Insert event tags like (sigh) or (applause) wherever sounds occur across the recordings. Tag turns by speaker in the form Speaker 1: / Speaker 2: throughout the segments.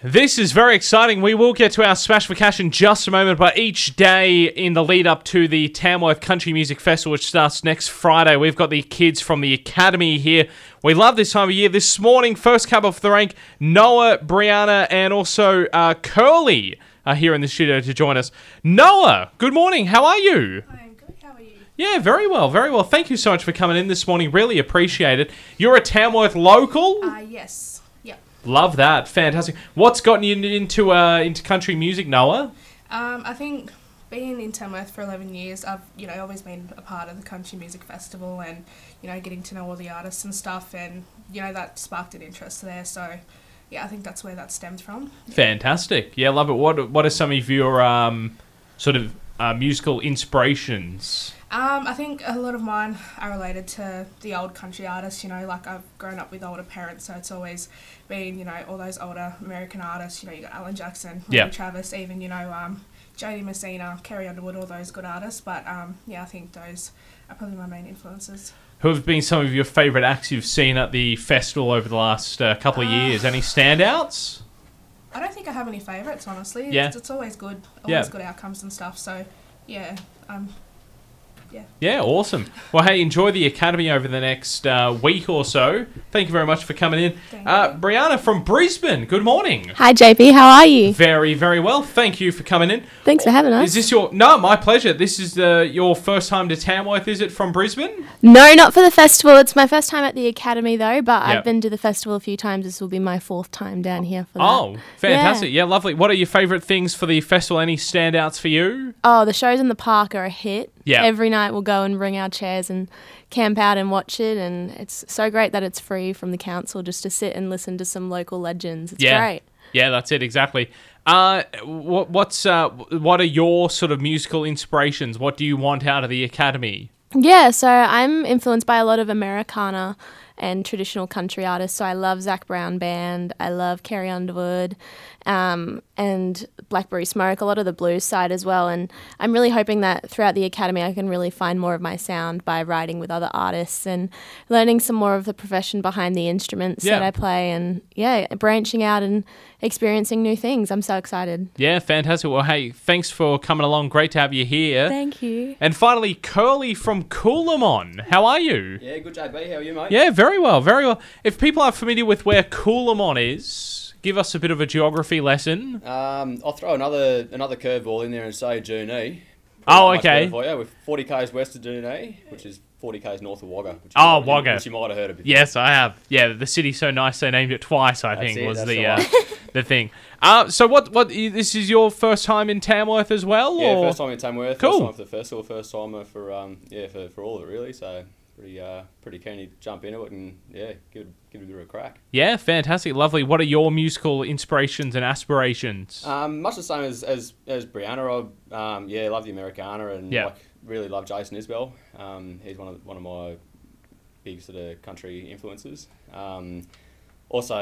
Speaker 1: This is very exciting. We will get to our Smash for Cash in just a moment, but each day in the lead up to the Tamworth Country Music Festival, which starts next Friday, we've got the kids from the Academy here. We love this time of year. This morning, first cab off the rank, Noah, Brianna, and also uh, Curly are here in the studio to join us. Noah, good morning. How are you?
Speaker 2: I'm good. How are you?
Speaker 1: Yeah, very well, very well. Thank you so much for coming in this morning. Really appreciate it. You're a Tamworth local.
Speaker 2: Uh, yes. Yep.
Speaker 1: Love that. Fantastic. What's gotten you into uh, into country music, Noah?
Speaker 2: Um, I think being in Tamworth for 11 years, I've, you know, always been a part of the Country Music Festival and, you know, getting to know all the artists and stuff and, you know, that sparked an interest there. So, yeah, I think that's where that stemmed from.
Speaker 1: Fantastic. Yeah, love it. What What are some of your um, sort of uh, musical inspirations?
Speaker 2: Um, I think a lot of mine are related to the old country artists, you know, like I've grown up with older parents, so it's always been, you know, all those older American artists, you know, you got Alan Jackson, Randy
Speaker 1: Yeah.
Speaker 2: Travis, even, you know, um, Jodie Messina, Kerry Underwood, all those good artists, but um, yeah, I think those are probably my main influences.
Speaker 1: Who have been some of your favourite acts you've seen at the festival over the last uh, couple of years?
Speaker 2: Ah.
Speaker 1: Any standouts?
Speaker 2: I don't think I have any favourites, honestly.
Speaker 1: Yeah.
Speaker 2: It's, it's always good, always
Speaker 1: Yeah.
Speaker 2: good outcomes and stuff, so yeah, um,
Speaker 1: Yeah, awesome. Well, hey, enjoy the academy over the next uh, week or so. Thank you very much for coming in,
Speaker 2: Thank
Speaker 1: uh,
Speaker 2: you.
Speaker 1: Brianna from Brisbane. Good morning.
Speaker 3: Hi, JP. How are you?
Speaker 1: Very, very well. Thank you for coming in.
Speaker 3: Thanks for having
Speaker 1: Is
Speaker 3: us.
Speaker 1: this your no? My pleasure. This is uh, your first time to Tamworth, is it? From Brisbane?
Speaker 3: No, not for the festival. It's my first time at the academy, though, but
Speaker 1: Yep.
Speaker 3: I've been to the festival a few times. This will be my fourth time down here for that.
Speaker 1: Oh, fantastic! Yeah. lovely. What are your favourite things for the festival? Any standouts for you?
Speaker 3: Oh, the shows in the park are a hit.
Speaker 1: Yeah.
Speaker 3: Every night we'll go and bring our chairs and camp out and watch it. And it's so great that it's free from the council just to sit and listen to some local legends. It's
Speaker 1: yeah,
Speaker 3: great.
Speaker 1: yeah, that's it exactly. Uh, what what's uh, what are your sort of musical inspirations? What do you want out of the academy?
Speaker 3: Yeah, so I'm influenced by a lot of Americana and traditional country artists. So I love Zach Brown Band, I love Carrie Underwood, um, and Blackberry Smoke, a lot of the blues side as well. And I'm really hoping that throughout the academy, I can really find more of my sound by writing with other artists and learning some more of the profession behind the instruments that
Speaker 1: Yeah.
Speaker 3: I play. And yeah, branching out and experiencing new things. I'm so excited.
Speaker 1: Yeah, fantastic. Well, hey, thanks for coming along. Great to have you here.
Speaker 3: Thank you.
Speaker 1: and finally, Curly from Coolamon. How are you?
Speaker 4: Yeah, good job, buddy. How are you, mate?
Speaker 1: Yeah, very well, very well. If people are familiar with where Coolamon is, give us a bit of a geography lesson.
Speaker 4: Um, I'll throw another another curveball in there and say
Speaker 1: Oh,
Speaker 4: Junee. Probably much
Speaker 1: okay.
Speaker 4: better For you. We're 40 k's west of Junee, which is 40 k's north of Wagga. Which you
Speaker 1: Oh,
Speaker 4: might-
Speaker 1: Wagga.
Speaker 4: Which you might have heard of. Before.
Speaker 1: Yes, I have. Yeah, the city's so nice they named it twice. I
Speaker 4: That's
Speaker 1: think
Speaker 4: it,
Speaker 1: was
Speaker 4: that's
Speaker 1: the
Speaker 4: the
Speaker 1: uh,
Speaker 4: one.
Speaker 1: (laughs) the thing. Uh, so what? What? y- This is your first time in Tamworth as well?
Speaker 4: Yeah,
Speaker 1: or?
Speaker 4: first time in Tamworth.
Speaker 1: Cool.
Speaker 4: First time for the festival. First time for um, yeah, for, for all of it really. So pretty uh, pretty keen to jump into it and yeah, give it, give it a bit of a crack.
Speaker 1: Yeah, fantastic, lovely. What are your musical inspirations and aspirations?
Speaker 4: Um, much the same as as, as Brianna. I um, yeah, love the Americana and
Speaker 1: Yeah.
Speaker 4: like really love Jason Isbell. Um, he's one of one of my big sort of country influences. Um, also,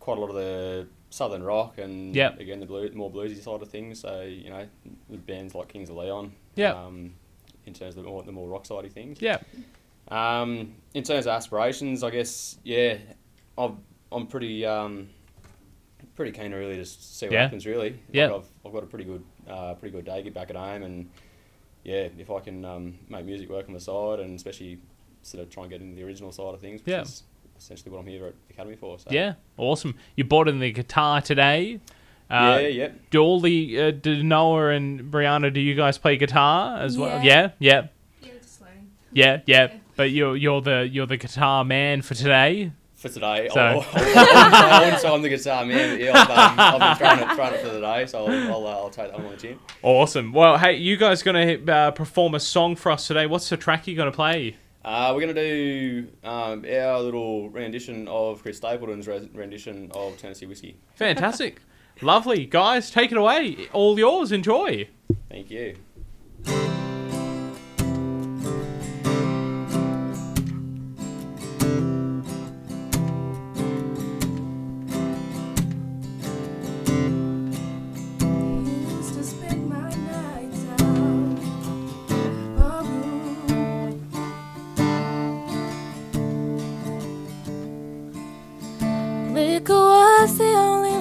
Speaker 4: quite a lot of the southern rock and
Speaker 1: Yeah.
Speaker 4: again the blue, more bluesy side of things. So you know, with bands like Kings of Leon.
Speaker 1: Yeah.
Speaker 4: Um, in terms of the more, the more rock sidey things.
Speaker 1: yeah,
Speaker 4: Um, in terms of aspirations, I guess yeah, I'm I'm pretty um, pretty keen to really just see what
Speaker 1: Yeah.
Speaker 4: happens. Really, Like,
Speaker 1: Yeah.
Speaker 4: I've, I've got a pretty good uh, pretty good day. Get back at home and yeah, if I can um, make music work on the side and especially sort of try and get into the original side of things, which
Speaker 1: Yeah.
Speaker 4: is essentially what I'm here at Academy for. So.
Speaker 1: yeah, awesome. You bought in the guitar today. Uh,
Speaker 4: yeah, yeah.
Speaker 1: Do all the uh, do Noah and Brianna? Do you guys play guitar as well? Yeah,
Speaker 3: Yeah.
Speaker 1: yeah,
Speaker 2: yeah, just learning.
Speaker 1: yeah, yeah. But you're you're the you're the guitar man for today.
Speaker 4: For today,
Speaker 1: So-
Speaker 4: I'll, I'll, I'll, I'll, so I'm the guitar man. but Yeah, I've, um, I've been trying it, trying it for the day, so I'll, I'll, uh, I'll take that one on the chin.
Speaker 1: Awesome. Well, hey, you guys going to uh, perform a song for us today. What's the track you're going to play?
Speaker 4: Uh, we're going to do um, our little rendition of Chris Stapleton's res- rendition of Tennessee Whiskey.
Speaker 3: (laughs)
Speaker 1: Fantastic. Lovely. Guys, take it away. All yours. Enjoy.
Speaker 4: Thank you.
Speaker 2: used to spend my nights out Oh, alone. Liquor was the only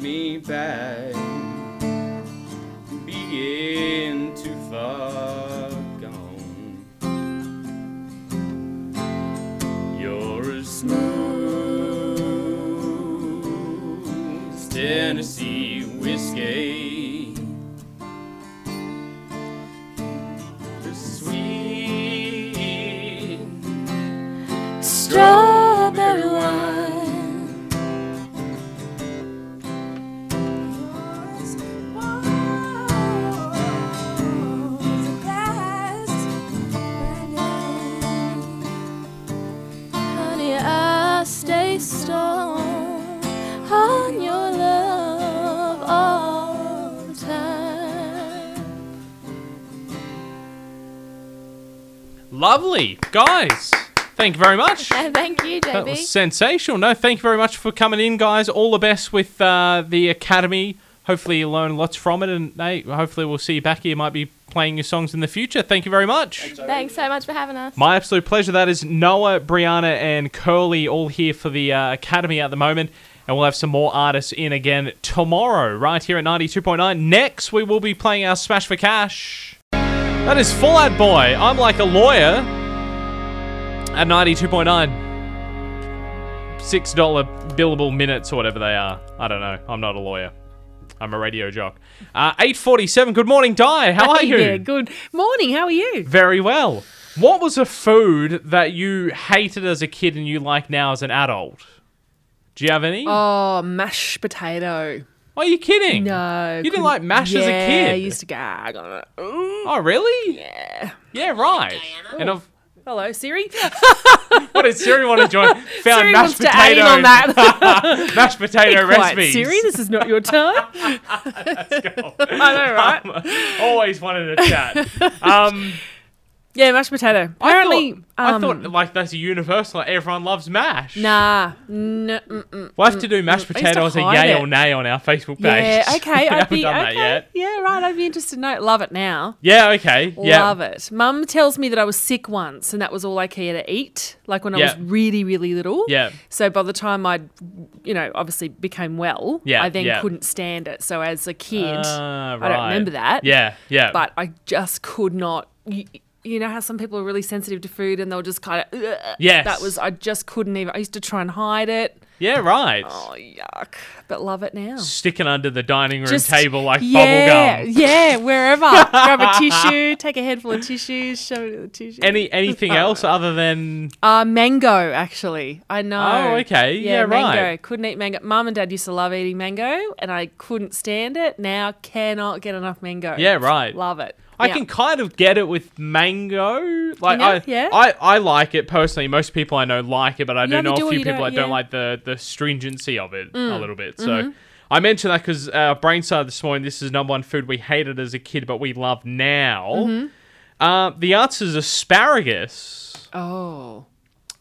Speaker 4: me back. Being too far gone. You're as smooth as Tennessee whiskey. As sweet
Speaker 3: Strawberry wine. Honey, I stay stoned on your love all the time.
Speaker 1: Lovely. Guys, thank you very much.
Speaker 3: And (laughs) thank you,
Speaker 1: That was
Speaker 3: JB.
Speaker 1: sensational. No, thank you very much for coming in, guys. All the best with uh, the academy. Hopefully, you learn lots from it, and hey, hopefully, we'll see you back here. Might be playing your songs in the future. Thank you very much.
Speaker 3: Thanks so much for having
Speaker 1: (laughs)
Speaker 3: us.
Speaker 1: My absolute pleasure. That is Noah, Brianna, and Curly all here for the uh, Academy at the moment. And we'll have some more artists in again tomorrow, right here at 92.9. Next, we will be playing our Smash for Cash. That is Full Out Boy. I'm like a lawyer at 92.9. $6 billable minutes or whatever they are. I don't know. I'm not a lawyer. I'm a radio jock. Uh, 8.47. Good morning, Di. How are you?
Speaker 5: Yeah, good morning. How are you?
Speaker 1: Very well. What was a food that you hated as a kid and you like now as an adult? Do you have any?
Speaker 5: Oh, mashed potato.
Speaker 1: Are you kidding?
Speaker 5: No,
Speaker 1: You didn't
Speaker 5: couldn't-
Speaker 1: like mash
Speaker 5: yeah,
Speaker 1: as a kid?
Speaker 5: I used to gag on it. Ooh.
Speaker 1: Oh, really? Yeah. Yeah, right. And I've, (laughs)
Speaker 5: Hello, Siri.
Speaker 1: what did Siri want to
Speaker 5: (laughs)
Speaker 1: join? Found
Speaker 5: Siri
Speaker 1: mashed
Speaker 5: wants to aid
Speaker 1: potato.
Speaker 5: on that.
Speaker 1: (laughs) mashed potato
Speaker 5: Quiet,
Speaker 1: recipes.
Speaker 5: Siri. This is not
Speaker 1: (laughs)
Speaker 5: your time. I know, right?
Speaker 1: Um, Always wanted to
Speaker 5: (laughs)
Speaker 1: chat. Um,
Speaker 5: Yeah, mashed potato. Apparently,
Speaker 1: I
Speaker 5: um,
Speaker 1: thought, I thought like that's a universal. Like, everyone loves mash.
Speaker 5: nah. N- mm, mm.
Speaker 1: We'll have to do mashed
Speaker 5: I used to
Speaker 1: potato as a
Speaker 5: hide
Speaker 1: yay
Speaker 5: it.
Speaker 1: or nay on our Facebook page.
Speaker 5: Yeah, okay.
Speaker 1: (laughs) we
Speaker 5: I'd
Speaker 1: haven't
Speaker 5: be
Speaker 1: done
Speaker 5: okay.
Speaker 1: that yet.
Speaker 5: Yeah, right. I'd be interested. No, love it now.
Speaker 1: Yeah, okay. Yeah.
Speaker 5: Love it. Mum tells me that I was sick once, and that was all I cared to eat. Like when
Speaker 1: Yeah.
Speaker 5: I was really, really little. (laughs)
Speaker 1: Yeah.
Speaker 5: So by the time I, you know, obviously became well,
Speaker 1: Yeah,
Speaker 5: I then
Speaker 1: yeah.
Speaker 5: couldn't stand it. So as a kid,
Speaker 1: Ah,
Speaker 5: I don't
Speaker 1: right.
Speaker 5: remember that.
Speaker 1: Yeah, yeah.
Speaker 5: But I just could not. You, you know how some people are really sensitive to food and they'll just kind of.
Speaker 1: Yes.
Speaker 5: That was I just couldn't even. I used to try and hide it.
Speaker 1: yeah, right.
Speaker 5: Oh yuck! But love it now.
Speaker 1: Sticking under the dining room
Speaker 5: Just-
Speaker 1: table like
Speaker 5: yeah, (laughs)
Speaker 1: bubble gum.
Speaker 5: Yeah, wherever.
Speaker 1: (laughs)
Speaker 5: Grab a tissue, take a handful of tissues, shove it in the tissue.
Speaker 1: Any
Speaker 5: Oh.
Speaker 1: anything else other than
Speaker 5: Uh, mango, actually. I know.
Speaker 1: Oh, okay. Yeah,
Speaker 5: mango.
Speaker 1: right.
Speaker 5: Couldn't eat mango. Mum and dad used to love eating mango, and I couldn't stand it. Now cannot get enough mango.
Speaker 1: Yeah, right.
Speaker 5: Love it.
Speaker 1: I
Speaker 5: Yeah.
Speaker 1: can kind of get it with mango. Like
Speaker 5: Yeah,
Speaker 1: I,
Speaker 5: yeah.
Speaker 1: I I like it personally. Most people I know like it, but I do
Speaker 5: You either
Speaker 1: know
Speaker 5: do
Speaker 1: a
Speaker 5: or
Speaker 1: few
Speaker 5: you
Speaker 1: people
Speaker 5: don't,
Speaker 1: that don't
Speaker 5: yeah. Mm. Mm-hmm.
Speaker 1: like the the stringency of it a little bit. So I mentioned that because our brain started this morning. This is number one food we hated as a kid, but we love now.
Speaker 5: Mm-hmm.
Speaker 1: Uh, the answer is asparagus.
Speaker 5: Oh.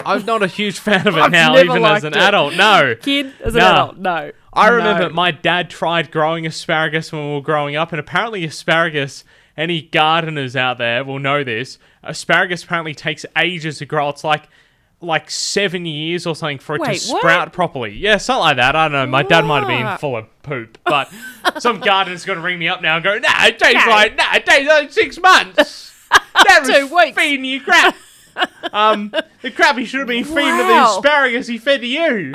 Speaker 1: I'm not a huge fan of it
Speaker 5: I've
Speaker 1: now,
Speaker 5: never
Speaker 1: even as
Speaker 5: liked
Speaker 1: an
Speaker 5: it.
Speaker 1: adult. No.
Speaker 5: Kid as an
Speaker 1: Nah.
Speaker 5: adult, no.
Speaker 1: I remember
Speaker 5: No.
Speaker 1: my dad tried growing asparagus when we were growing up, and apparently, asparagus, any gardeners out there will know this. Asparagus apparently takes ages to grow. It's like like seven years or something for it
Speaker 5: Wait,
Speaker 1: to
Speaker 5: what?
Speaker 1: sprout properly. Yeah, something like that. I don't know. My dad might have been
Speaker 5: What?
Speaker 1: full of poop, but (laughs) some gardener's going to ring me up now and go, nah, it takes
Speaker 5: No.
Speaker 1: like, nah, it takes like six
Speaker 5: (laughs)
Speaker 1: months. That was
Speaker 5: Two weeks.
Speaker 1: feeding you crap. Um, the crap he should have been feeding to the
Speaker 5: Wow.
Speaker 1: asparagus he fed to you.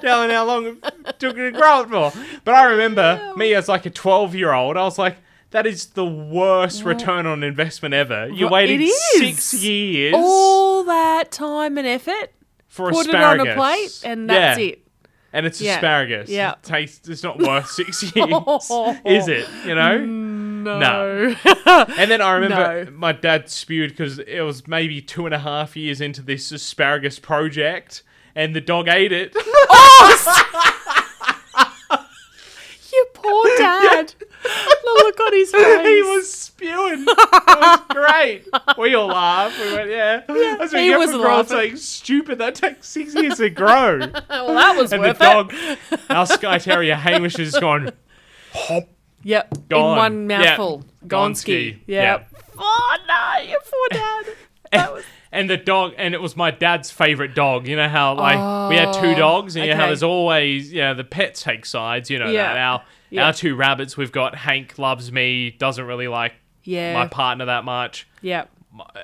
Speaker 1: Telling how long it took to grow it for. But I remember
Speaker 5: Oh.
Speaker 1: me as like a 12 year old, I was like, that is the worst return on investment ever. You
Speaker 5: Right,
Speaker 1: waited
Speaker 5: it is.
Speaker 1: six years
Speaker 5: All that time and effort,
Speaker 1: for
Speaker 5: put
Speaker 1: asparagus.
Speaker 5: it on a plate, and that's
Speaker 1: Yeah.
Speaker 5: it.
Speaker 1: And it's
Speaker 5: Yeah.
Speaker 1: asparagus.
Speaker 5: Yeah.
Speaker 1: It tastes, it's not
Speaker 5: (laughs)
Speaker 1: worth six years, is it? You know?
Speaker 5: No.
Speaker 1: And then I remember
Speaker 5: Mm. No.
Speaker 1: my dad spewed because it was maybe two and a half years into this asparagus project, and the dog ate it.
Speaker 5: (laughs) you poor
Speaker 1: (laughs)
Speaker 5: dad. the look on his face.
Speaker 1: he was spewing. It was great. We all laughed. We went,
Speaker 5: (laughs)
Speaker 1: yeah. That's what
Speaker 5: he
Speaker 1: you get
Speaker 5: was
Speaker 1: for growing
Speaker 5: laughing.
Speaker 1: something stupid that takes six years to
Speaker 5: (laughs)
Speaker 1: grow. and
Speaker 5: well, that was
Speaker 1: the
Speaker 5: worth it.
Speaker 1: dog, our Sky Terrier Hamish, has gone
Speaker 5: Yep.
Speaker 1: Gone.
Speaker 5: In one
Speaker 1: Yep.
Speaker 5: mouthful.
Speaker 1: Gonski.
Speaker 5: Gonski.
Speaker 1: Yeah.
Speaker 5: Yep. Oh no, you poor dad. That was
Speaker 1: and the dog, and it was my dad's favorite dog. You know how like we had two
Speaker 5: Oh,
Speaker 1: dogs, and you know how
Speaker 5: okay.
Speaker 1: there's always yeah the pets take sides. You know
Speaker 5: Yeah.
Speaker 1: that our
Speaker 5: Yeah.
Speaker 1: our two rabbits. We've got Hank loves me, doesn't really like
Speaker 5: Yeah.
Speaker 1: my partner that much.
Speaker 5: yeah.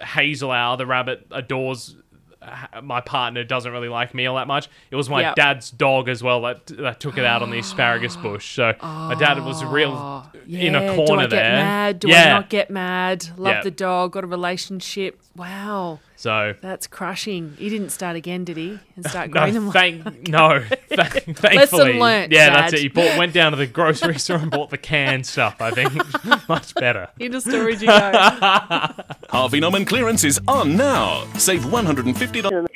Speaker 1: Hazel Hour, the rabbit, adores uh, my partner, doesn't really like me all that much. It was my
Speaker 5: Yep.
Speaker 1: dad's dog as well that, that took it out
Speaker 5: (gasps)
Speaker 1: on the asparagus bush. So my dad was real in
Speaker 5: Oh, Yeah,
Speaker 1: a corner
Speaker 5: Do I get
Speaker 1: there.
Speaker 5: mad? Do
Speaker 1: yeah.
Speaker 5: I not get mad? Love
Speaker 1: Yeah.
Speaker 5: the dog. Got a relationship. Wow,
Speaker 1: so.
Speaker 5: that's crushing. He didn't start again, did he? And
Speaker 1: (laughs)
Speaker 5: start
Speaker 1: No,
Speaker 5: growing them.
Speaker 1: thank no. Thank, thankfully,
Speaker 5: learnt,
Speaker 1: yeah, that's
Speaker 5: Dad.
Speaker 1: it. He bought, went down to the grocery (laughs) store and bought the canned stuff. I think (laughs) much better.
Speaker 5: (laughs) Into storage you go.
Speaker 6: Harvey Norman clearance is on now. Save $150.